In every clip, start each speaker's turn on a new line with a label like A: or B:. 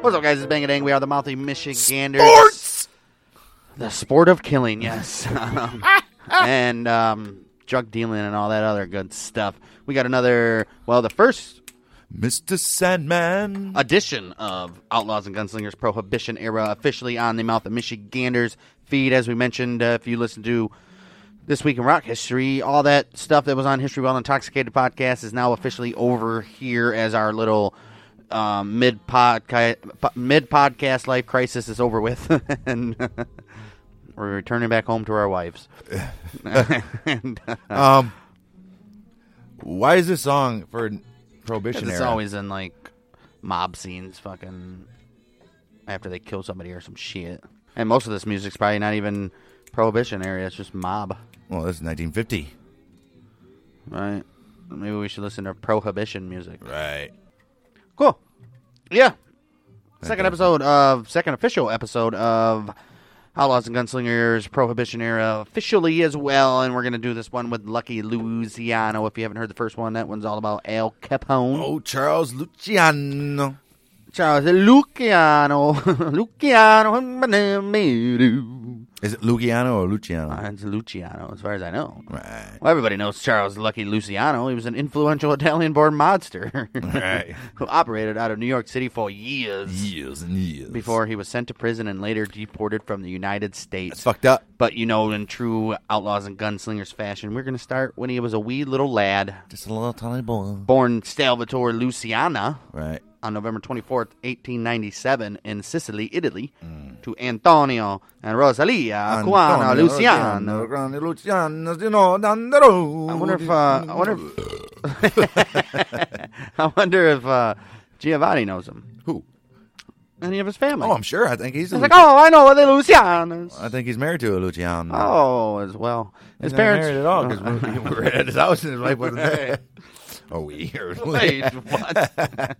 A: What's up, guys? It's Bang and Dang. We are the Mouthy Michiganders.
B: Sports!
A: The sport of killing, yes. Um, and um, drug dealing and all that other good stuff. We got another, well, the first
B: Mr. Sandman.
A: edition of Outlaws and Gunslingers Prohibition Era officially on the Mouth of Michiganders feed. As we mentioned, uh, if you listen to This Week in Rock History, all that stuff that was on History Well Intoxicated podcast is now officially over here as our little um, mid podcast life crisis is over with. and we're returning back home to our wives. and uh,
B: Um, why is this song for Prohibition
A: it's
B: era?
A: always in like mob scenes, fucking after they kill somebody or some shit. And most of this music's probably not even prohibition area; it's just mob,
B: well, this is 1950.
A: right? Maybe we should listen to prohibition music.
B: Right.
A: Cool. Yeah. Second episode of second official episode of Outlaws and Gunslingers Prohibition Era officially as well, and we're gonna do this one with Lucky Louisiano. If you haven't heard the first one, that one's all about Al Capone.
B: Oh, Charles Luciano.
A: Charles Luciano, Luciano, Meru.
B: Is it Luciano or Luciano?
A: It's Luciano, as far as I know.
B: right.
A: Well, everybody knows Charles Lucky Luciano. He was an influential Italian-born mobster
B: Right.
A: who operated out of New York City for years
B: Years and years.
A: before he was sent to prison and later deported from the United States.
B: It's fucked up.
A: But you know, in true outlaws and gunslingers fashion, we're going to start when he was a wee little lad,
B: Just a little tiny boy.
A: born Salvatore Luciana.
B: Right.
A: on November 24th, 1897, in Sicily, Italy, to Antonio and Rosalia Juana
B: Mm. Antonio
A: Luciano.
B: Grande Luciano, you know, down the road.
A: I wonder if uh, I wonder if I wonder if uh, Giovanni knows him.
B: Who?
A: Any of his family?
B: Oh, I'm sure. I think he's. a
A: He's like,
B: Luci-
A: oh, I know the Lucianos.
B: I think he's married to a Luciano.
A: Oh, as well. His
B: He's not
A: parents Oh.
B: married at all because we, we were at his house and his wife wasn't there. Oh, we are
A: Wait, what?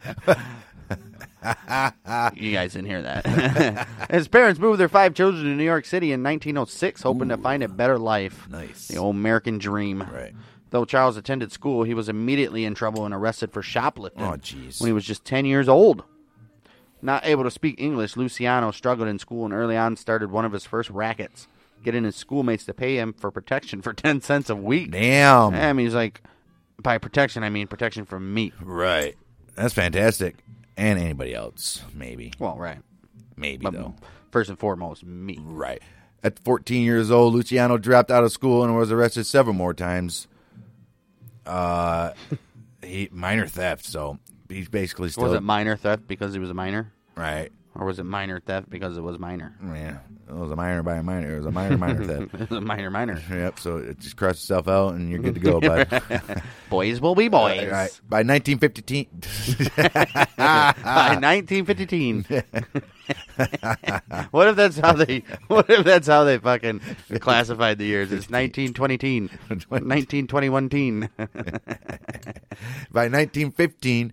A: you guys didn't hear that. His parents moved their five children to New York City in 1906, hoping to find a better life.
B: Nice.
A: The old American dream.
B: Right.
A: Though Charles attended school, he was immediately in trouble and arrested for shoplifting
B: Oh, jeez.
A: when he was just 10 years old. Not able to speak English, Luciano struggled in school and early on started one of his first rackets, getting his schoolmates to pay him for protection for 10 cents a week.
B: Damn.
A: I mean, he's like, by protection, I mean protection from me.
B: Right. That's fantastic. And anybody else, maybe.
A: Well, right.
B: Maybe,
A: But
B: though.
A: first and foremost, me.
B: Right. At 14 years old, Luciano dropped out of school and was arrested several more times. Uh, he minor theft, so he's basically still
A: Was it minor theft because he was a minor?
B: right.
A: Or was it minor theft because it was minor?
B: Yeah, it was a minor by a minor. It was a minor minor theft.
A: It was a minor, minor.
B: Yep. So it just crossed itself out, and you're good to go, bud.
A: Boys will be boys.
B: All right. By 1915,
A: By 1915. what if that's how they? What if that's how they fucking classified the years? It's 1920 1921 teen.
B: by 1915,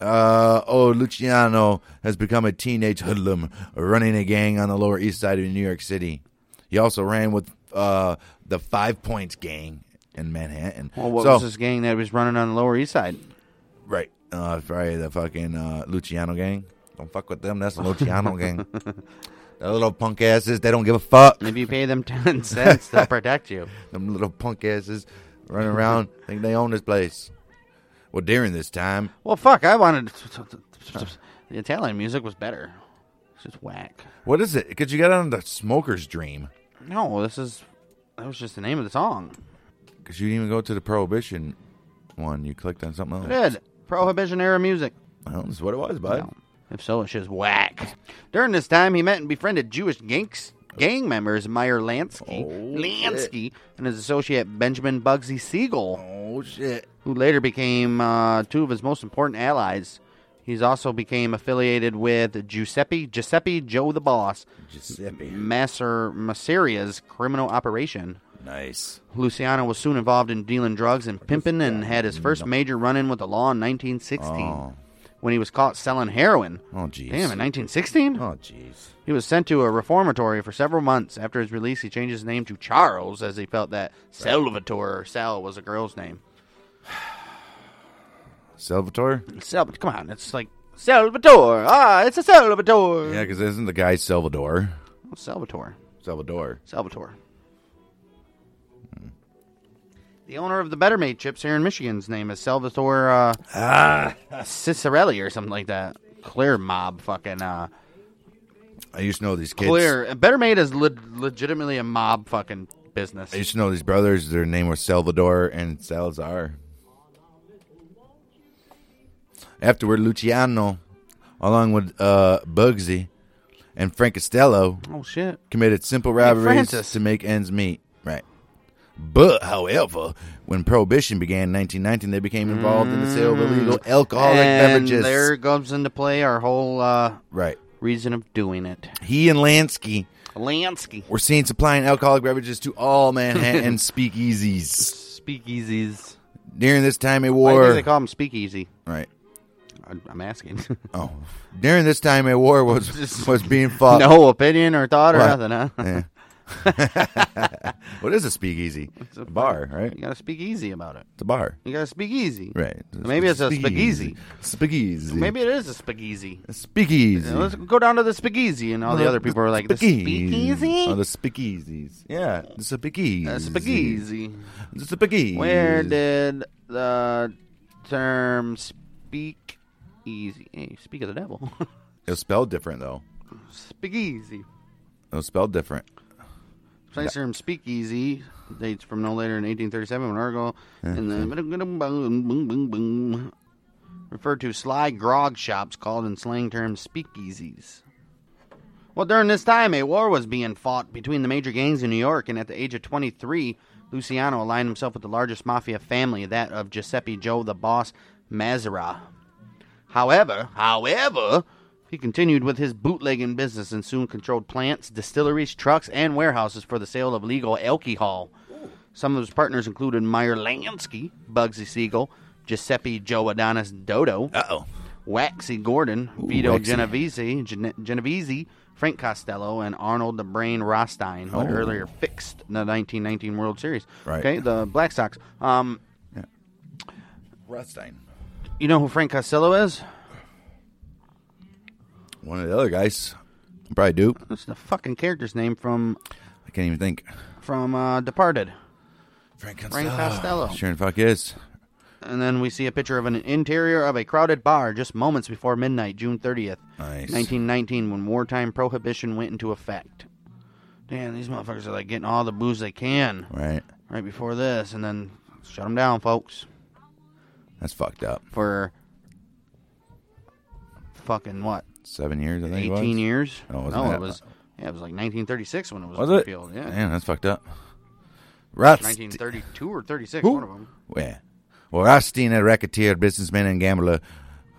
B: uh, oh Luciano has become a teenage hoodlum, running a gang on the Lower East Side of New York City. He also ran with uh, the Five Points Gang in Manhattan.
A: Well, Oh, what
B: So-
A: was this gang that was running on the Lower East Side?
B: Right. Uh, probably the fucking uh, Luciano gang. Don't fuck with them. That's the Luciano gang. The little punk asses, they don't give a fuck.
A: If you pay them ten cents, they'll protect you.
B: Them little punk asses. running around, think they own this place. Well, during this time,
A: Well, fuck, I wanted. The Italian music was better. It's just whack.
B: what is it? Because you got on the smoker's dream.
A: No, this is. That was just the name of the song.
B: Because you didn't even go to the prohibition one. You clicked on something else.
A: Good. Prohibition era music.
B: Well, that's what it was, bud.
A: No. If so, it's just whack. During this time, he met and befriended Jewish gangs, gang members Meyer Lansky, Lansky and his associate Benjamin Bugsy Siegel,
B: Oh shit!
A: who later became uh, two of his most important allies. He's also became affiliated with Giuseppe Giuseppe Joe the Boss,
B: Giuseppe,
A: Masser Masseria's criminal operation.
B: nice.
A: Luciano was soon involved in dealing drugs and pimping and had his first major run in with the law in 1916
B: Oh.
A: when he was caught selling heroin.
B: Oh jeez.
A: Damn, in 1916?
B: Oh jeez.
A: He was sent to a reformatory for several months. After his release, he changed his name to Charles as he felt that Salvatore or Sal was a girl's name.
B: Salvatore.
A: Sal, come on, it's like Salvatore. Ah, it's a Salvatore.
B: Yeah, because isn't the guy Salvador?
A: Oh, Salvatore.
B: Salvador.
A: Salvatore. The owner of the Better Made chips here in Michigan's name is Salvatore uh,
B: Ah.
A: Cicerelli or something like that. Clear mob, fucking uh,
B: I used to know these kids.
A: clear. Better Made is le- legitimately a mob fucking business.
B: I used to know these brothers. Their name was Salvador and Salazar. Afterward, Luciano, along with uh, Bugsy and Frank Costello,
A: Oh shit!
B: committed simple robberies
A: Francis.
B: to make ends meet. Right. But, however, when Prohibition began in 1919, they became involved in the sale of illegal alcoholic
A: Mm. and
B: beverages.
A: there comes into play our whole uh,
B: Right.
A: reason of doing it.
B: He and Lansky
A: Lansky.
B: were seen supplying alcoholic beverages to all Manhattan speakeasies.
A: Speakeasies.
B: During this time, it
A: Why
B: war.
A: do they call them speakeasy?
B: right.
A: I- I'm asking.
B: Oh, during this time, a war was was being fought.
A: no opinion or thought or
B: Uh, What?
A: nothing, huh?
B: Yeah. what is a speakeasy? It's a bar, right?
A: You gotta speak easy about it.
B: It's a bar,
A: You gotta speak easy.
B: right?
A: Maybe it's a speakeasy.
B: Speakeasy.
A: Maybe it is a speakeasy.
B: a speakeasy.
A: Now, let's go down to the speakeasy, and all the other people are like, the speakeasy?
B: Oh, the speakeasies. Yeah, the speakeasy.
A: Uh, speakeasy.
B: The speakeasy.
A: Where did the term speak easy? Hey, speak of the devil.
B: it was spelled different though?
A: speak easy.
B: It was spelled different.
A: Place term speakeasy dates from no later than 1837 when Argo and the referred to sly grog shops called in slang terms speakeasies. Well, during this time, a war was being fought between the major gangs in New York, and at the age of 23, Luciano aligned himself with the largest mafia family, that of Giuseppe Joe the Boss Mazzara. However, however, he continued with his bootlegging business and soon controlled plants, distilleries, trucks, and warehouses for the sale of legal alcohol. Some of his partners included Meyer Lansky, Bugsy Siegel, Giuseppe Joe Adonis Dodo,
B: Uh oh.
A: Waxy Gordon, Vito
B: Waxy.
A: Genovese, Gene- Genovese, Frank Costello, and Arnold the Brain Rothstein, who had
B: Oh.
A: earlier fixed the 1919 World Series.
B: Right.
A: Okay, the Black Sox. Um,
B: Rothstein.
A: you know who Frank Costello is?
B: One of the other guys. Probably do.
A: That's the fucking character's name from
B: I can't even think.
A: from uh, Departed.
B: Frank
A: Frank Costello.
B: uh, Sure and fuck is.
A: And then we see a picture of an interior of a crowded bar just moments before midnight, June 30th,
B: Nice.
A: 1919, when wartime prohibition went into effect. Damn, these motherfuckers are like getting all the booze they can
B: Right.
A: right before this, and then shut them down, folks,
B: That's fucked up.
A: for fucking what?
B: Seven years, I think. it
A: 18
B: was.
A: years?
B: Oh, wasn't
A: no,
B: that-
A: it was. Yeah, it was like 1936 when it was,
B: Was it?
A: repealed. Yeah,
B: Damn, that's fucked up. Rothstein.
A: 1932 or 36,
B: Who?
A: one of them.
B: Yeah. Well, Rothstein, a racketeer, businessman, and gambler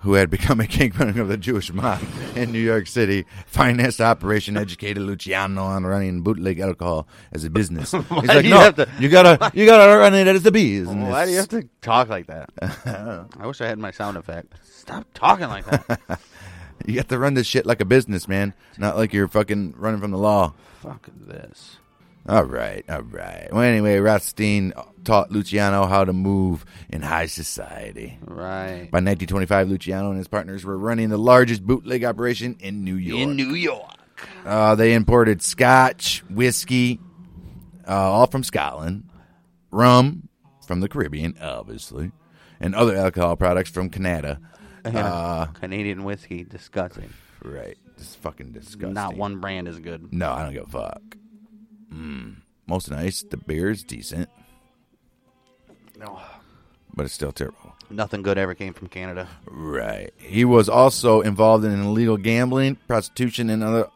B: who had become a kingpin of the Jewish mob in New York City, financed operation, educated Luciano on running bootleg alcohol as a business. He's like,
A: do you
B: no, you,
A: have to-
B: gotta, you gotta run it as a business.
A: Why do you have to talk like that? I wish I had my sound effect. Stop talking like that.
B: You have to run this shit like a business, man, not like you're fucking running from the law.
A: Fuck this.
B: All right, all right. Well, anyway, Rothstein taught Luciano how to move in high society.
A: Right.
B: By 1925, Luciano and his partners were running the largest bootleg operation in New York.
A: In New York.
B: Uh, they imported scotch, whiskey, uh, all from Scotland, rum, from the Caribbean, obviously, and other alcohol products from Canada. Uh,
A: Canadian whiskey, disgusting.
B: right. This is fucking disgusting.
A: Not one brand is good.
B: No, I don't give a fuck. Mm. Most nice. The beer's decent,
A: No,
B: but it's still terrible.
A: nothing good ever came from Canada.
B: Right. He was also involved in illegal gambling, prostitution, and other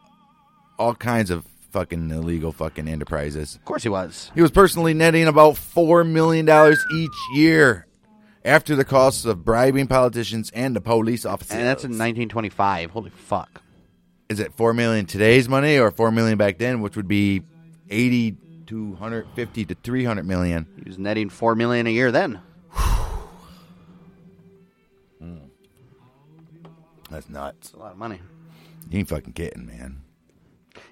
B: all kinds of fucking illegal fucking enterprises.
A: Of course he was.
B: He was personally netting about four million dollars each year after the costs of bribing politicians and the police officers.
A: And that's in 1925. Holy fuck.
B: is it four million today's money or four million back then, which would be eighty to hundred fifty to three hundred million.
A: He was netting four million a year then.
B: That's nuts.
A: It's a lot of money.
B: You ain't fucking kidding, man.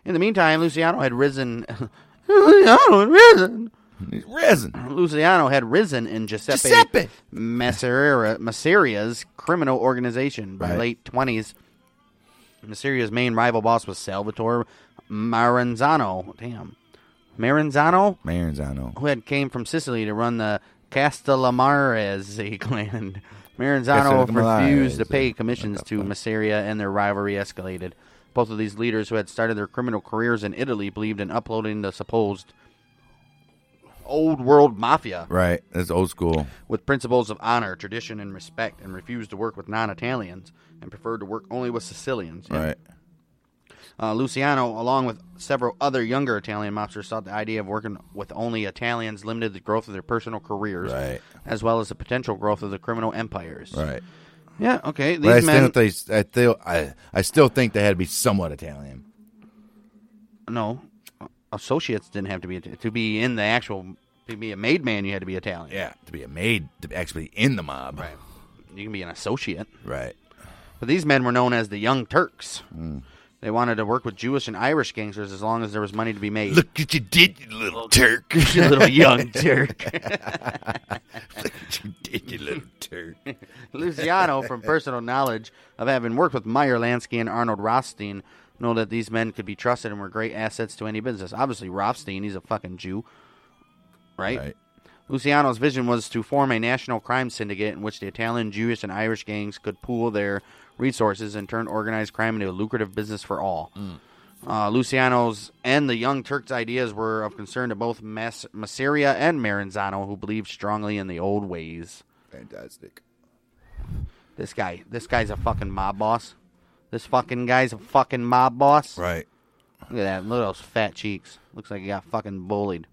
A: In the meantime, Luciano had risen. Luciano had risen.
B: He's resin.
A: Luciano had risen in Giuseppe,
B: Giuseppe!
A: Masseria, Masseria's criminal organization by
B: Right.
A: late twenties. Masseria's main rival boss was Salvatore Maranzano. Damn, Maranzano,
B: Maranzano.
A: who had came from Sicily to run the Castellamarese clan. Maranzano
B: Castellamarese.
A: refused to pay commissions
B: What the
A: to
B: fuck?
A: Masseria, and their rivalry escalated. Both of these leaders, who had started their criminal careers in Italy, believed in uploading the supposed old world mafia
B: Right. That's old school.
A: with principles of honor, tradition, and respect, and refused to work with non-Italians and preferred to work only with Sicilians.
B: Right.
A: Uh, Luciano, along with several other younger Italian mobsters, thought the idea of working with only Italians limited the growth of their personal careers,
B: Right.
A: as well as the potential growth of the criminal empires.
B: Right.
A: Yeah. Okay. These
B: But I
A: men.
B: still, think, I, still, I, I still think they had to be somewhat Italian.
A: no, associates didn't have to be to be in the actual to be a made man. You had to be Italian.
B: Yeah, to be a maid, to be actually in the mob. Right.
A: You can be an associate.
B: Right.
A: But these men were known as the Young Turks.
B: Mm.
A: They wanted to work with Jewish and Irish gangsters as long as there was money to be made.
B: Look what you did, you little Turk.
A: you little Young Turk.
B: what you did, you little Turk.
A: Luciano, from personal knowledge of having worked with Meyer Lansky and Arnold Rothstein, know that these men could be trusted and were great assets to any business. Obviously, Rothstein, he's a fucking Jew, right?
B: Right.
A: Luciano's vision was to form a national crime syndicate in which the Italian, Jewish, and Irish gangs could pool their resources and turn organized crime into a lucrative business for all. Uh, Luciano's and the Young Turks' ideas were of concern to both Mas- Masseria and Maranzano, who believed strongly in the old ways.
B: Fantastic.
A: This guy, this guy's a fucking mob boss. This fucking guy's a fucking mob boss.
B: Right.
A: Look at that. Look at those fat cheeks. Looks like he got fucking bullied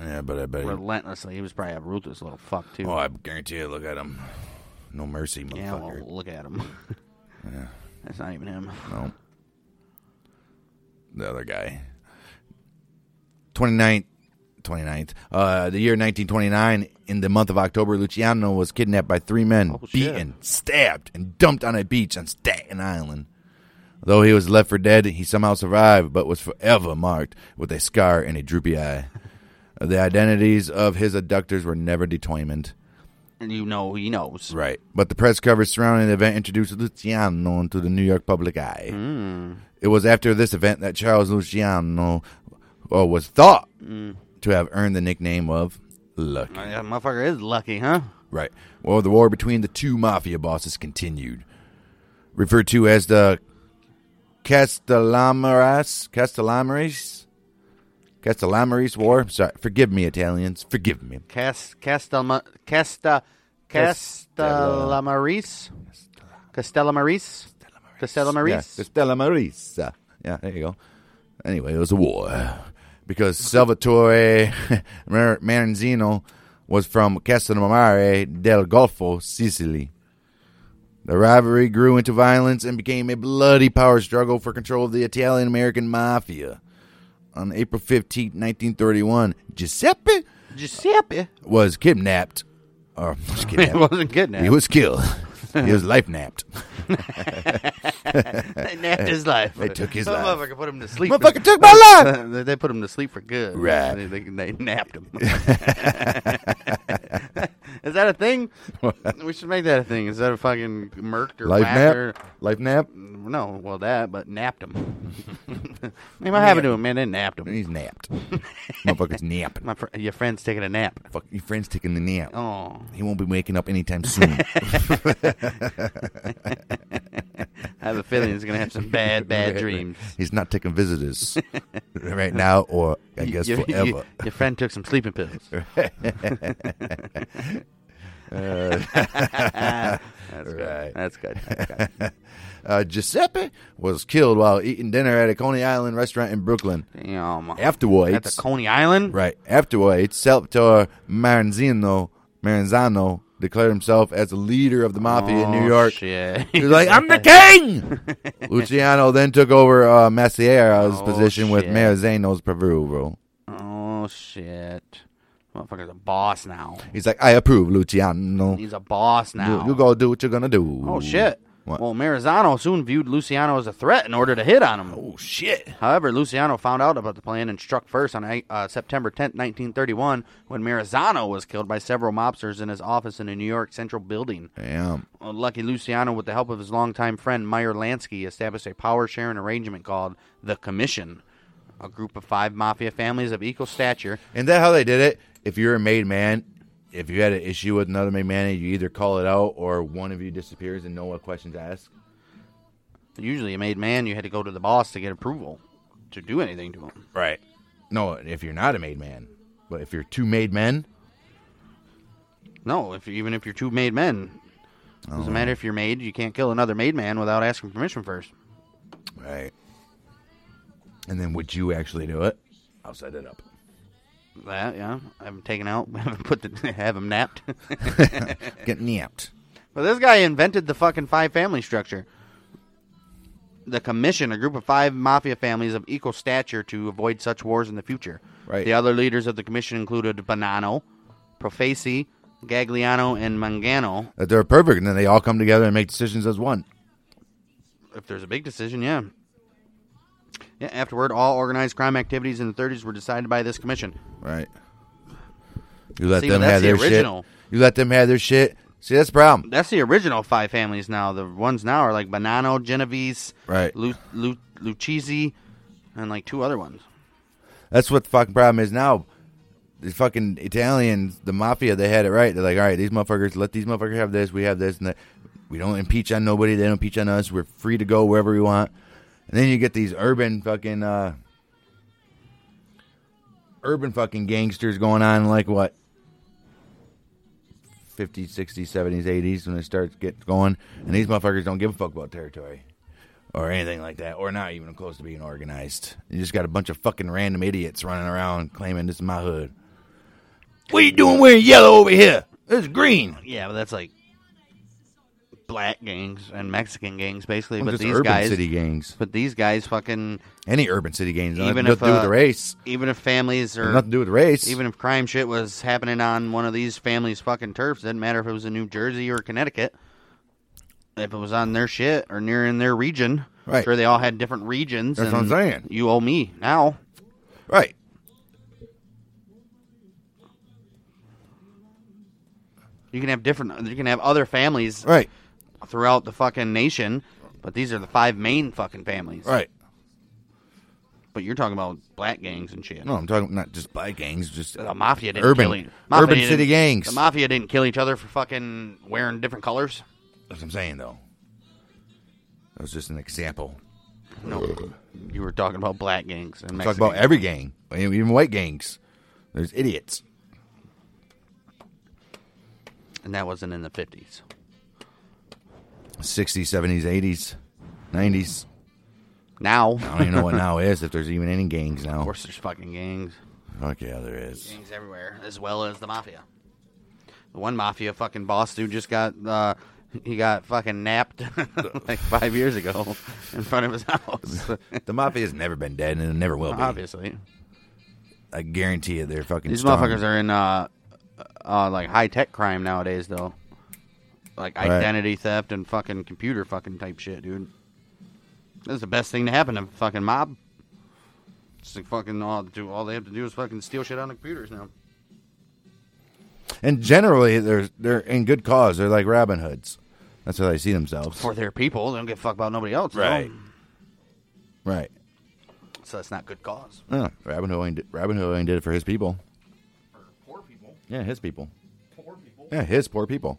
B: Yeah, but I bet. he-
A: relentlessly. He was probably a ruthless little fuck too.
B: Oh, I guarantee you. Look at him. No mercy,
A: yeah, well,
B: motherfucker.
A: look at him. That's not even him.
B: No. The other guy. 29th, 29th. Uh, the year 1929, in the month of October, Luciano was kidnapped by three men,
A: Oh, shit.
B: beaten, stabbed, and dumped on a beach on Staten Island. Though he was left for dead, he somehow survived, but was forever marked with a scar and a droopy eye. the identities of his abductors were never determined.
A: And you know he knows.
B: Right. But the press coverage surrounding the event introduced Luciano into the New York public eye. It was after this event that Charles Luciano uh, was thought to have earned the nickname of Lucky.
A: Uh, That motherfucker is lucky, huh?
B: Right. Well, the war between the two mafia bosses continued, referred to as the Castellamares Castellamares Castellamares War. Sorry, forgive me, Italians. Forgive me.
A: Cas Castelma Casta Castellamaris. Castellamaris. Castellamaris.
B: Yeah, the Stella Marisa. Yeah, there you go. Anyway, it was a war because Salvatore Mar- Maranzino was from Castellammare del Golfo, Sicily. The rivalry grew into violence and became a bloody power struggle for control of the Italian American mafia. On April fifteenth, 1931, Giuseppe
A: Giuseppe.
B: was kidnapped. Or,
A: He
B: kidnapped.
A: wasn't kidnapped.
B: he was killed. he was life napped.
A: They napped his life.
B: Uh, They took his
A: Some
B: life.
A: Motherfucker put him to sleep.
B: Motherfucker took my life!
A: They- they put him to sleep for good.
B: Right.
A: They, they, they napped him. Is that a thing? We should make that a thing. Is that a fucking murked or
B: Life
A: whacked or-
B: nap? Life nap?
A: No, well that, but napped him. Man, what happened to him, man? They napped him.
B: He's napped. Motherfucker's napping.
A: My fr- your friend's taking a nap.
B: Fuck, your friend's taking the nap.
A: Oh,
B: He won't be waking up anytime soon.
A: I have a feeling he's gonna have some bad, bad dreams.
B: He's not taking visitors right now, or I guess
A: Your- your-
B: forever.
A: your friend took some sleeping pills. uh, That's good.
B: Right.
A: That's good.
B: Uh, Giuseppe was killed while eating dinner at a Coney Island restaurant in Brooklyn.
A: Damn.
B: Afterwards,
A: at the Coney Island.
B: right afterwards, Salvatore Maranzano, Maranzano declared himself as the leader of the mafia in New
A: Oh,
B: York.
A: Shit.
B: He was like, "I'm the king." Luciano then took over uh, Massiera's
A: Oh,
B: position with
A: shit.
B: Maranzano's Peru.
A: oh shit. Motherfucker's a boss now.
B: He's like, "I approve, Luciano.
A: He's a boss now.
B: You, you go do what you're gonna do."
A: Oh shit.
B: What?
A: Well, Marizano soon viewed Luciano as a threat in order to hit on him.
B: Oh shit!
A: However, Luciano found out about the plan and struck first on uh, September 10, 1931, when Marizano was killed by several mobsters in his office in a New York Central building.
B: Damn.
A: Well, Lucky Luciano, with the help of his longtime friend Meyer Lansky, established a power sharing arrangement called the Commission, a group of five mafia families of equal stature.
B: Isn't that how they did it? If you're a made man, if you had an issue with another made man, you either call it out or one of you disappears and no one questions asked.
A: Usually, a made man, you had to go to the boss to get approval to do anything to him.
B: Right. No, if you're not a made man, but if you're two made men,
A: No, if even if you're two made men, doesn't matter if you're made. You can't kill another made man without asking permission first.
B: right. And then would you actually do it? I'll set it up.
A: That yeah, have him taken out, have him put the, have him napped.
B: Get napped.
A: Well, this guy invented the fucking five family structure. The commission, a group of five mafia families of equal stature to avoid such wars in the future.
B: Right.
A: The other leaders of the commission included Bonanno, Profaci, Gagliano, and Mangano.
B: That they're perfect, and then they all come together and make decisions as one.
A: If there's a big decision, yeah. Yeah, afterward, all organized crime activities in the 30s were decided by this commission.
B: Right. You let
A: See,
B: them
A: well, that's
B: have their
A: the original.
B: shit. You let them have their shit. See, that's the problem.
A: That's the original five families now. The ones now are like Bonanno, Genovese,
B: Right.
A: Lu- Lu- Lucchese, and like two other ones.
B: That's what the fucking problem is now. The fucking Italians, the mafia, they had it right. They're like, all right, these motherfuckers, let these motherfuckers have this. We have this, and that. we don't impeach on nobody. They don't impeach on us. We're free to go wherever we want. And then you get these urban fucking, uh, urban fucking gangsters going on like what, 50s, 60s, 70s, 80s when it starts get going. And these motherfuckers don't give a fuck about territory or anything like that, or not even close to being organized. You just got a bunch of fucking random idiots running around claiming this is my hood. What you doing wearing yellow over here? This is green.
A: Yeah, but that's like black gangs and Mexican gangs, basically.
B: Well,
A: but
B: just
A: these
B: urban
A: guys,
B: city gangs.
A: but these guys, fucking,
B: Any urban city gangs.
A: Even
B: nothing to
A: if,
B: do with the
A: uh,
B: race.
A: even if families or
B: Nothing to do with race.
A: even if crime shit was happening on one of these families' fucking turfs, didn't matter if it was in New Jersey or Connecticut. If it was on their shit or near in their region,
B: Right.
A: sure they all had different regions.
B: That's what
A: and
B: I'm saying.
A: You owe me now.
B: Right.
A: You can have different. You can have other families
B: Right.
A: throughout the fucking nation, but these are the five main fucking families.
B: Right.
A: But you're talking about black gangs and shit.
B: No, I'm talking not just by gangs, just
A: The mafia didn't
B: urban
A: kill each- mafia
B: urban
A: didn't-
B: city gangs.
A: The mafia didn't kill each other for fucking wearing different colors.
B: That's what I'm saying though. That was just an example.
A: No, you were talking about black gangs and
B: Talk
A: Mexican.
B: about every gang, e- even white gangs. There's idiots.
A: and that wasn't in the fifties.
B: 60s, 70s, 80s, 90s. I
A: Now,
B: don't even know what now is, if there's even any gangs
A: of
B: now.
A: course, there's fucking gangs,
B: Fuck yeah, there is.
A: gangs everywhere, as well as the mafia. The one mafia fucking boss dude just got uh, he got fucking napped like five years ago in front of his house.
B: The mafia's never been dead and it never will be.
A: Obviously,
B: I guarantee you they're fucking
A: These
B: strong.
A: motherfuckers are in uh, uh, like high tech crime nowadays, though. Like
B: Right.
A: identity theft and fucking computer fucking type shit, dude. That's the best thing to happen to fucking mob. Just like fucking all do all they have to do is fucking steal shit on the computers now.
B: And generally, they're, they're in good cause. They're like Robin Hoods. That's how they see themselves.
A: For their people, they don't give a fuck about nobody else. you know?
B: Right. Right.
A: so that's not good cause.
B: Oh, Robin Hood, Robin Hood did it for his people.
A: Poor people.
B: Yeah, his people.
A: Poor people.
B: Yeah, his poor people.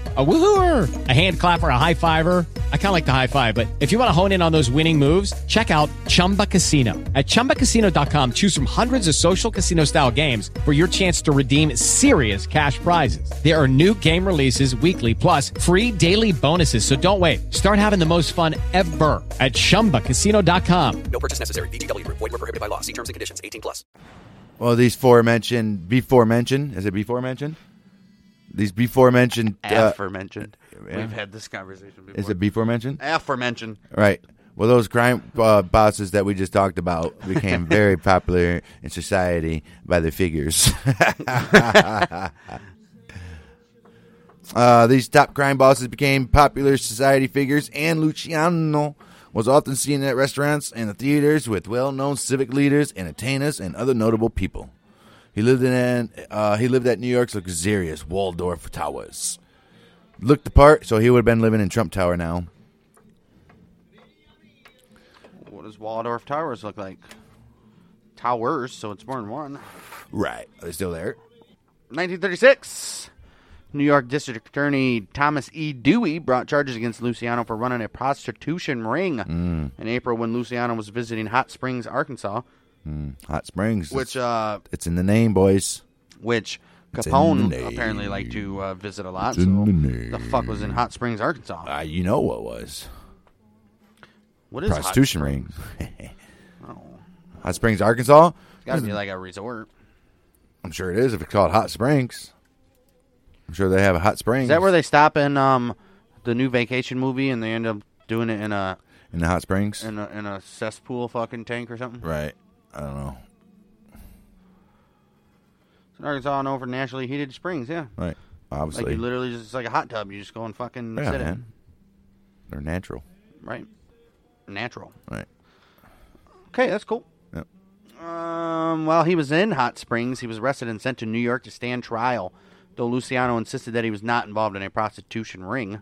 C: A woohooer, a hand clapper, a high fiver. I kind of like the high five, but if you want to hone in on those winning moves, check out Chumba Casino. At chumbacasino.com, choose from hundreds of social casino style games for your chance to redeem serious cash prizes. There are new game releases weekly, plus free daily bonuses. So don't wait. Start having the most fun ever at chumbacasino.com.
D: No purchase necessary. BGW. Void were prohibited by law. See terms and conditions. 18 plus.
B: Well, these four mentioned, before mentioned, is it before mentioned? These before mentioned, uh,
A: Aforementioned. We've had this conversation before.
B: is it before mentioned?
A: Aforementioned.
B: Right. Well, those crime uh, bosses that we just talked about became very popular in society by the figures. uh, these top crime bosses became popular society figures, and Luciano was often seen at restaurants and the theaters with well-known civic leaders, entertainers, and other notable people. He lived in uh, he lived at New York's luxurious Waldorf Towers. Looked the part, so he would have been living in Trump Tower now.
A: What does Waldorf Towers look like? Towers, so it's more than one.
B: Right. Are they still there?
A: 1936. New York District Attorney Thomas E. Dewey brought charges against Luciano for running a prostitution ring
B: Mm.
A: in April when Luciano was visiting Hot Springs, Arkansas,
B: Hot Springs.
A: which
B: it's,
A: uh,
B: it's in the name, boys.
A: which
B: It's in the
A: Capone
B: name.
A: apparently liked to uh, visit a lot.
B: It's in
A: so
B: the name.
A: the fuck was in Hot Springs, Arkansas?
B: Uh, you know what was
A: What is Hot
B: prostitution
A: Springs?
B: ring? Oh. Hot Springs, Arkansas.
A: It's gotta be like a resort.
B: I'm sure it is if it's called Hot Springs. I'm sure they have a hot springs.
A: Is that where they stop in um, the new Vacation movie and they end up doing it in a
B: in the hot springs?
A: in a, in a cesspool fucking tank or something?
B: right. I don't know.
A: It's in Arkansas known for naturally heated springs. Yeah.
B: Right. Obviously,
A: Like you literally just it's like a hot tub. You just go and fucking
B: yeah,
A: sit
B: man. They're natural.
A: in, right? Natural.
B: Right.
A: Okay, that's cool.
B: Yep.
A: Um, while he was in Hot Springs, he was arrested and sent to New York to stand trial. Though Luciano insisted that he was not involved in a prostitution ring,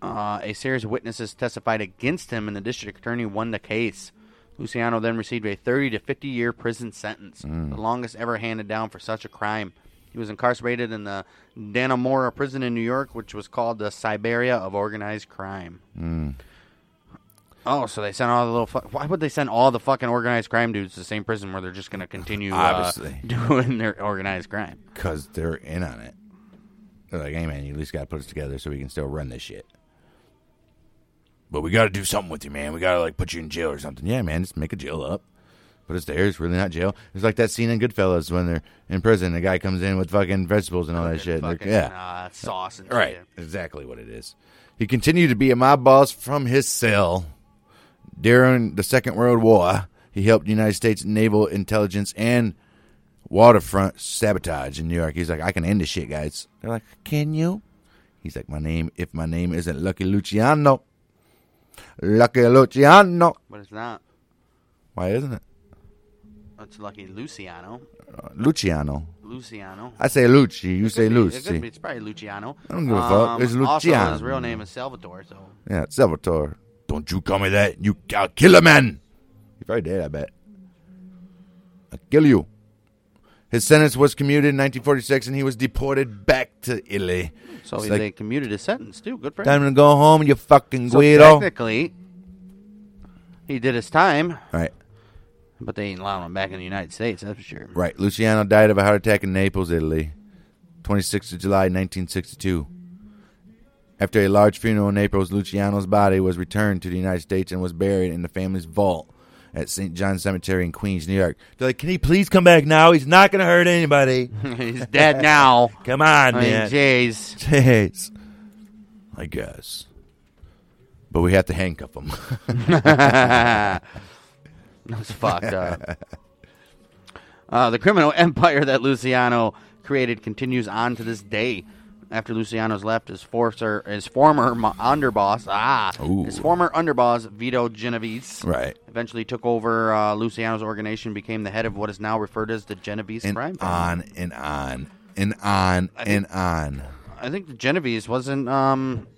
A: uh, a series of witnesses testified against him, and the district attorney won the case. Luciano then received a 30 to 50 year prison sentence,
B: Mm.
A: the longest ever handed down for such a crime. He was incarcerated in the Dannemora prison in New York, which was called the Siberia of organized crime.
B: Mm.
A: Oh, so they sent all the little. Fu- Why would they send all the fucking organized crime dudes to the same prison where they're just going to continue uh,
B: Obviously.
A: doing their organized crime?
B: Because they're in on it. They're like, hey, man, you at least got to put us together so we can still run this shit. But we got to do something with you, man. We got to, like, put you in jail or something. Yeah, man, just make a jail up. But it's there. It's really not jail. It's like that scene in Goodfellas when they're in prison. The guy comes in with fucking vegetables and all that shit. and they're-
A: Fucking,
B: yeah.
A: uh, sauce and
B: Right.
A: shit.
B: Exactly what it is. He continued to be a mob boss from his cell. During the Second World War, he helped the United States naval intelligence and waterfront sabotage in New York. He's like, I can end this shit, guys. They're like, Can you? He's like, My name, if my name isn't Lucky Luciano. Lucky Luciano.
A: But it's not.
B: Why isn't it?
A: It's lucky Luciano.
B: Uh, Luciano.
A: Luciano.
B: I say Lucci. You
A: It
B: say
A: could be- it could be.
B: Lucy.
A: It's probably Luciano. Um,
B: I don't give a fuck. It's
A: Also,
B: Luciano.
A: his real name is Salvatore. So
B: Yeah, it's Salvatore. Don't you call me that. You, I'll kill a man. He probably did, I bet. I'll kill you. His sentence was commuted in 1946, and he was deported back to Italy.
A: so
B: It's
A: he-
B: like,
A: they commuted his sentence too. Good for him.
B: time to go home, you fucking
A: So
B: Guido. All
A: technically, he did his time,
B: right,
A: but they ain't allowing him back in the United States. That's for sure.
B: right. Luciano died of a heart attack in Naples, Italy, 26th of July, 1962. After a large funeral in Naples, Luciano's body was returned to the United States and was buried in the family's vault at St. John Cemetery in Queens, New York. They're like, can he please come back now? He's not going to hurt anybody.
A: He's dead now.
B: Come on,
A: I mean,
B: man.
A: jeez.
B: Jeez. I guess. But we have to handcuff him.
A: That was fucked up. Uh, the criminal empire that Luciano created continues on to this day. After Luciano's left, his, forcer, his former mo- underboss, ah,
B: Ooh.
A: his former underboss, Vito Genovese,
B: Right.
A: eventually took over uh, Luciano's organization, became the head of what is now referred as the Genovese
B: and
A: crime. family.
B: on and on and on and on.
A: I think the Genovese wasn't um,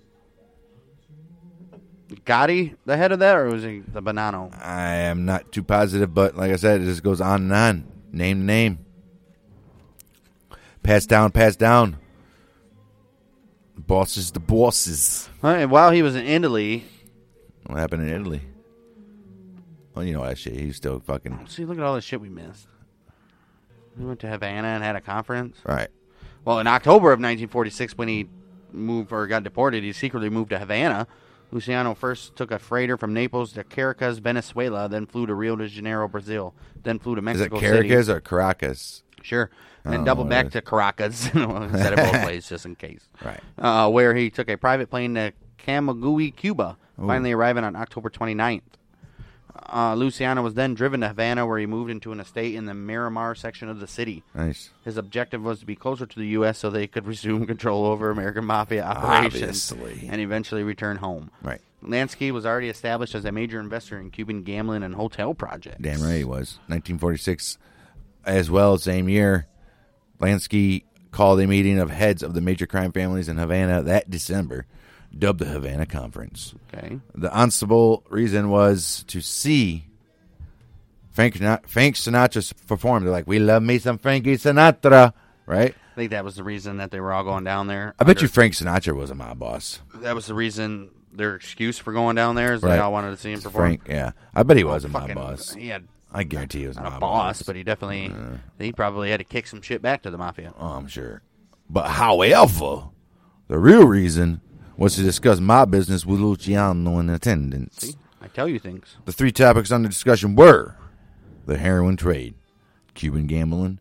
A: Gotti the head of that, or was he the Bonanno?
B: I am not too positive, but like I said, it just goes on and on. Name to name. Pass down, pass down. Bosses the bosses.
A: All right, while he was in Italy,
B: What happened in Italy? Well, you know that shit. He's still fucking.
A: See, look at all the shit we missed. We went to Havana and had a conference.
B: All right.
A: Well, in October of 1946, when he moved or got deported, he secretly moved to Havana. Luciano first took a freighter from Naples to Caracas, Venezuela, then flew to Rio de Janeiro, Brazil, then flew to
B: Is it
A: Mexico
B: Caracas or Caracas?
A: City. Sure. And
B: don't
A: then
B: know
A: doubled
B: what it
A: back
B: is.
A: to Caracas. Well, Said it both ways, just in case.
B: Right.
A: Uh, where he took a private plane to Camagüey, Cuba, finally arriving on October 29th. Uh, Luciano was then driven to Havana, where he moved into an estate in the Miramar section of the city.
B: Nice.
A: His objective was to be closer to the U.S. so they could resume control over American mafia operations
B: Obviously.
A: and eventually return home.
B: Right.
A: Lansky was already established as a major investor in Cuban gambling and hotel projects.
B: Damn right he was. 1946, as well, same year, Lansky called a meeting of heads of the major crime families in Havana that December, dubbed the Havana Conference.
A: Okay.
B: The ostensible reason was to see Frank, Sina- Frank Sinatra perform. They're like, we love me some Frankie Sinatra, right?
A: I think that was the reason that they were all going down there.
B: I bet you Frank Sinatra was a mob boss.
A: that was the reason their excuse for going down there is
B: Right.
A: they all wanted to see him perform. Oh,
B: Frank, yeah. I bet he was a mob
A: Fucking-
B: boss.
A: He had
B: I guarantee he was a
A: not a
B: mob
A: boss, but he definitely he probably had to kick some shit back to the mafia.
B: Oh, I'm sure. But however, the real reason was to discuss my business with Luciano in attendance.
A: I tell you things.
B: The three topics under discussion were the heroin trade, Cuban gambling,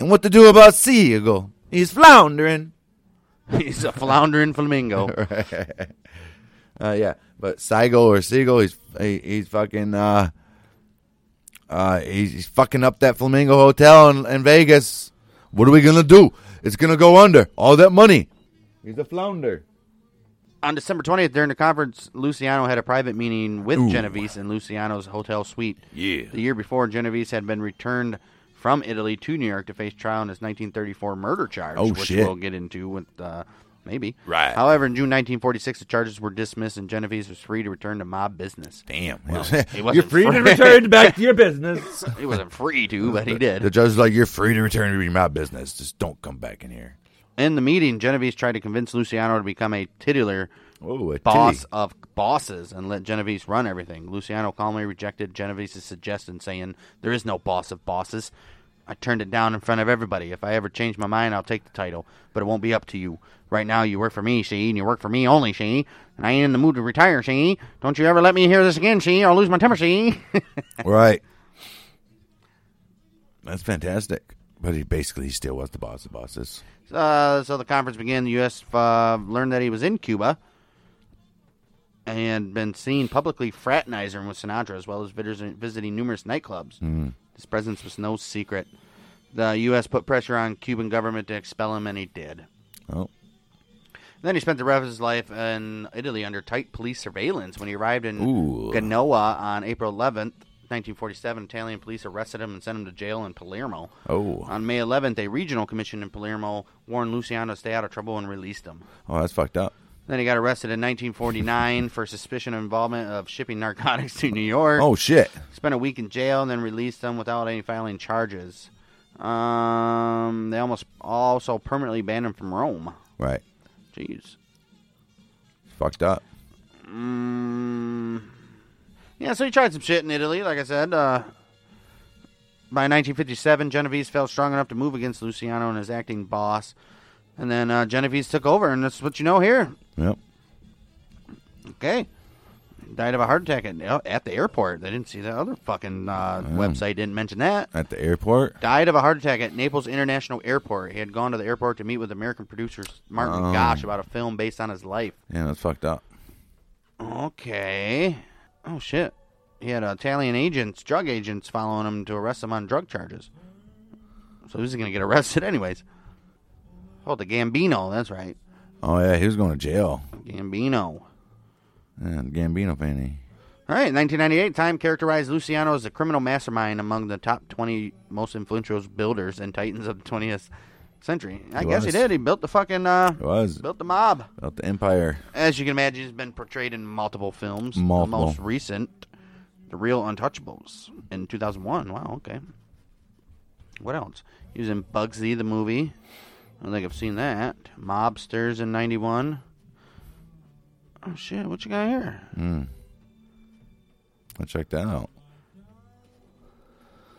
B: and what to do about Siegel. He's floundering.
A: He's a floundering flamingo.
B: Uh, yeah, but Siegel or Siegel, he's he, he's fucking uh, uh, he's, he's fucking up that Flamingo Hotel in, in Vegas. What are we gonna do? It's gonna go under all that money. He's a flounder.
A: On December 20th, during the conference, Luciano had a private meeting with Genovese in Luciano's hotel suite.
B: Yeah.
A: The year before, Genovese had been returned from Italy to New York to face trial on his 1934 murder charge,
B: Oh,
A: which
B: shit.
A: we'll get into with uh, maybe.
B: Right.
A: However, in June 1946, the charges were dismissed and Genovese was free to return to mob business.
B: Damn.
A: wasn't
B: you're free to
A: free.
B: return.
E: back to your business.
A: He wasn't free to, but he did.
B: The judge is like, you're free to return to be my business. Just don't come back in here.
A: In the meeting, Genovese tried to convince Luciano to become a titular
B: Oh, a
A: boss
B: titty.
A: of bosses and let Genovese run everything. Luciano calmly rejected Genovese's suggestion, saying, There is no boss of bosses. I turned it down in front of everybody. If I ever change my mind, I'll take the title, but it won't be up to you. Right now, you work for me, she, and you work for me only, she, and I ain't in the mood to retire, she. Don't you ever let me hear this again, she, or I'll lose my temper, she.
B: Right. That's fantastic. But he basically he still was the boss of bosses.
A: Uh, so the conference began. The U.S. Uh, learned that he was in Cuba and been seen publicly fraternizing with Sinatra, as well as vitters- visiting numerous nightclubs. His presence was no secret. The U.S. put pressure on Cuban government to expel him, and he did.
B: Oh.
A: Then he spent the rest of his life in Italy under tight police surveillance. When he arrived in
B: Ooh.
A: Genoa on April 11th, 1947, Italian police arrested him and sent him to jail in Palermo.
B: Oh.
A: On May 11th, a regional commission in Palermo warned Luciano to stay out of trouble and released him.
B: Oh, that's fucked up.
A: Then he got arrested in 1949 for suspicion of involvement of shipping narcotics to New York.
B: Oh, shit.
A: Spent a week in jail and then released him without any filing charges. Um, they almost also permanently banned him from Rome.
B: Right.
A: Jeez.
B: Fucked up.
A: Mm, yeah, so he tried some shit in Italy, like I said. Uh, by 1957, Genovese felt strong enough to move against Luciano and his acting boss. And then uh, Genovese took over, and that's what you know here.
B: Yep.
A: Okay. Died of a heart attack at, at the airport. They didn't see that other fucking uh, website. Didn't mention that.
B: At the airport?
A: Died of a heart attack at Naples International Airport. He had gone to the airport to meet with American producer Martin Gosh about a film based on his life.
B: Yeah, that's fucked up.
A: Okay. Oh shit. He had uh, Italian agents, drug agents, following him to arrest him on drug charges. So he's going to get arrested anyways. Oh, the Gambino. That's right,
B: Oh, yeah, he was going to jail.
A: Gambino.
B: Yeah, Gambino Fanny.
A: All right, 1998. Time characterized Luciano as a criminal mastermind among the top 20 most influential builders and titans of the 20th century. I
B: He
A: guess he
B: was.
A: did. He built the fucking uh,
B: It was.
A: built the mob.
B: About the empire.
A: As you can imagine, he's been portrayed in multiple films.
B: Multiple.
A: The most recent, The Real Untouchables in 2001. Wow, okay. What else? He was in Bugsy, the movie. I don't think I've seen that. Mobsters in 91. Oh, shit, what you got here?
B: I'll check that out.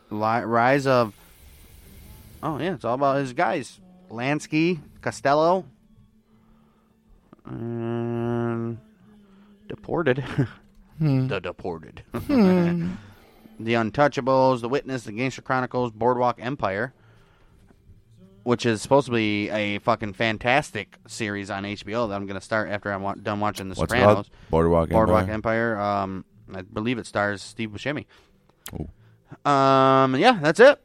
A: Li- rise of. Oh, yeah, it's all about his guys Lansky, Costello. Um, deported.
B: Hmm.
A: The Deported. the Untouchables, The Witness, The Gangster Chronicles, Boardwalk Empire, which is supposed to be a fucking fantastic series on HBO that I'm going to start after I'm wa- done watching The
B: What's it
A: Sopranos.
B: called? Boardwalk
A: Boardwalk
B: Empire?
A: Empire. Um, I believe it stars Steve Buscemi.
B: Oh.
A: Um, yeah, that's it.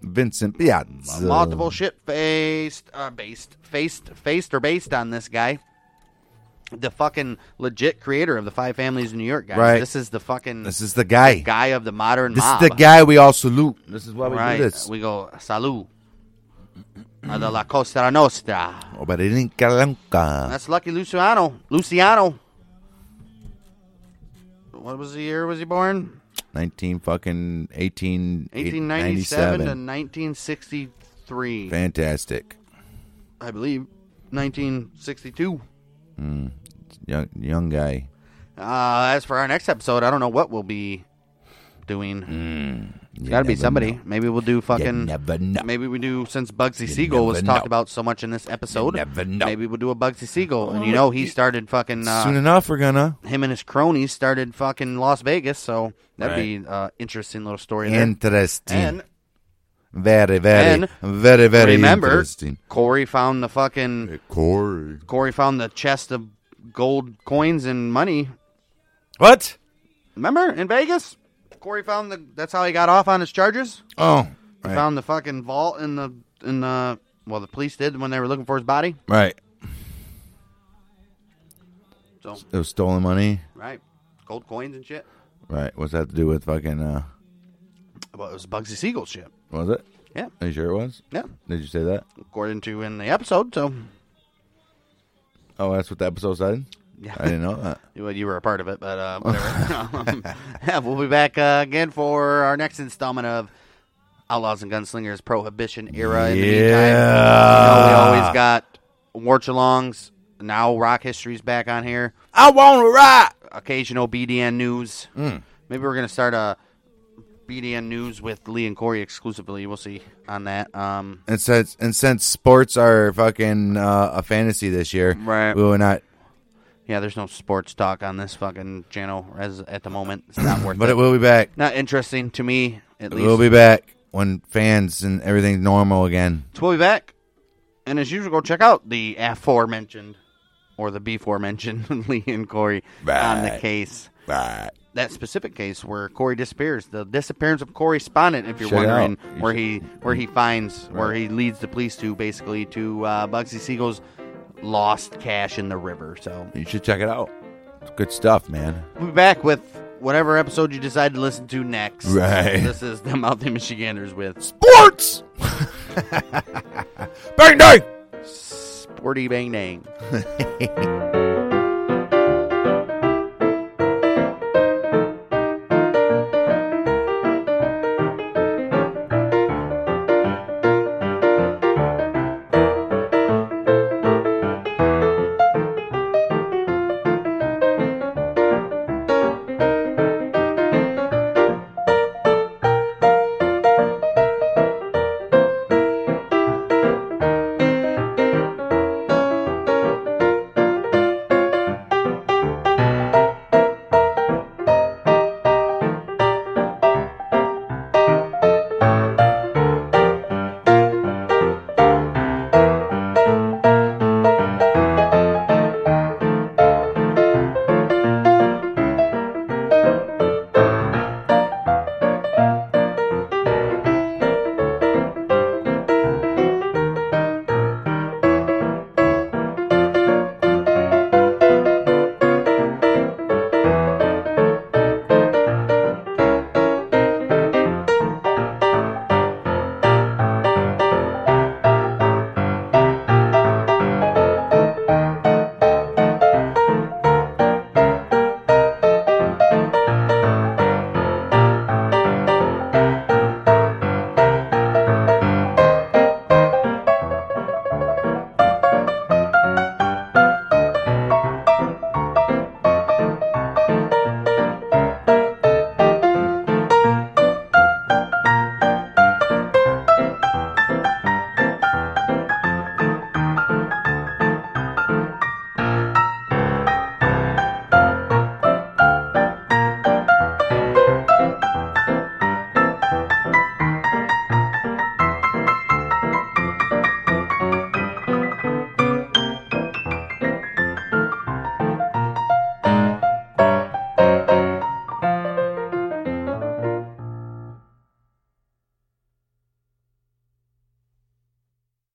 B: Vincent Piazza.
A: Multiple shit faced, uh, based, faced, faced, or based on this guy. The fucking legit creator of the Five Families in New York, guys.
B: Right.
A: This is the fucking
B: This is the guy.
A: guy of the modern
B: This
A: mob.
B: is the guy we all salute. This is why we
A: Right.
B: do this.
A: We go salud. Alla la Costa Nostra.
B: Oh, but it ain't Calanca.
A: That's Lucky Luciano. Luciano. What was the year was he born?
B: 19 fucking 18
A: 1897 to
B: 97.
A: 1963.
B: Fantastic.
A: I believe 1962.
B: Young, young guy.
A: Uh, as for our next episode, I don't know what we'll be doing.
B: Mm, You
A: Got to be
B: never
A: somebody.
B: know.
A: Maybe we'll do
B: You
A: fucking.
B: never know.
A: Maybe we do since Bugsy Siegel was
B: never
A: talked
B: know.
A: about so much in this episode.
B: never know.
A: Maybe we'll do a Bugsy Siegel, and you know he started fucking.
B: Soon
A: Uh,
B: enough, we're gonna.
A: him and his cronies started fucking Las Vegas, so that'd be uh, interesting little story. There.
B: Interesting.
A: And
B: very, very,
A: and
B: very, very
A: remember,
B: interesting.
A: Corey found the fucking
B: Corey.
A: Corey found the chest of gold coins and money
B: What?
A: Remember in Vegas, Corey found the. That's how he got off on his charges.
B: Oh,
A: He
B: right.
A: found the fucking vault in the in the. Well, the police did when they were looking for his body.
B: right.
A: So
B: It was stolen money.
A: right, gold coins and shit.
B: Right. What's that to do with fucking? uh
A: Well, it was Bugsy Siegel shit.
B: Was it?
A: Yeah,
B: Are you sure it was?
A: yeah.
B: Did you say that?
A: According to in the episode, so
B: Oh, that's what the episode said.
A: Yeah.
B: I didn't know that.
A: well, you were a part of it, but uh, whatever. yeah, we'll be back uh, again for our next installment of Outlaws and Gunslingers Prohibition Era. In the meantime, You know, we always got Warchalongs. Now rock history's back on here.
B: I want to rock. Hmm.
A: Occasional BDN news. Maybe we're gonna start a BDN news with Lee and Corey exclusively. We'll see on that. Um,
B: And since and since sports are fucking uh, a fantasy this year,
A: Right.
B: We will not.
A: yeah, there's no sports talk on this fucking channel as at the moment. It's not worth
B: But
A: it.
B: it will be back.
A: not interesting to me at least.
B: We'll be back when fans and everything's normal again.
A: So we'll be back. And as usual, go check out the aforementioned or the beforementioned Lee and Corey on the
B: Right.
A: case.
B: Right.
A: that specific case where Corey disappears, the disappearance of Corey Spondent, if you're
B: Check it
A: wondering,
B: out. You
A: where
B: should-
A: he where
B: Mm.
A: he finds where he leads the police to basically to uh, Bugsy Siegel's lost cash in the river. So
B: You should check it out. It's good stuff, man.
A: we'll be back with whatever episode you decide to listen to next.
B: Right.
A: This is the Mouthy Michiganders with
B: Sports. Bang day.
A: Sporty Bang Dang.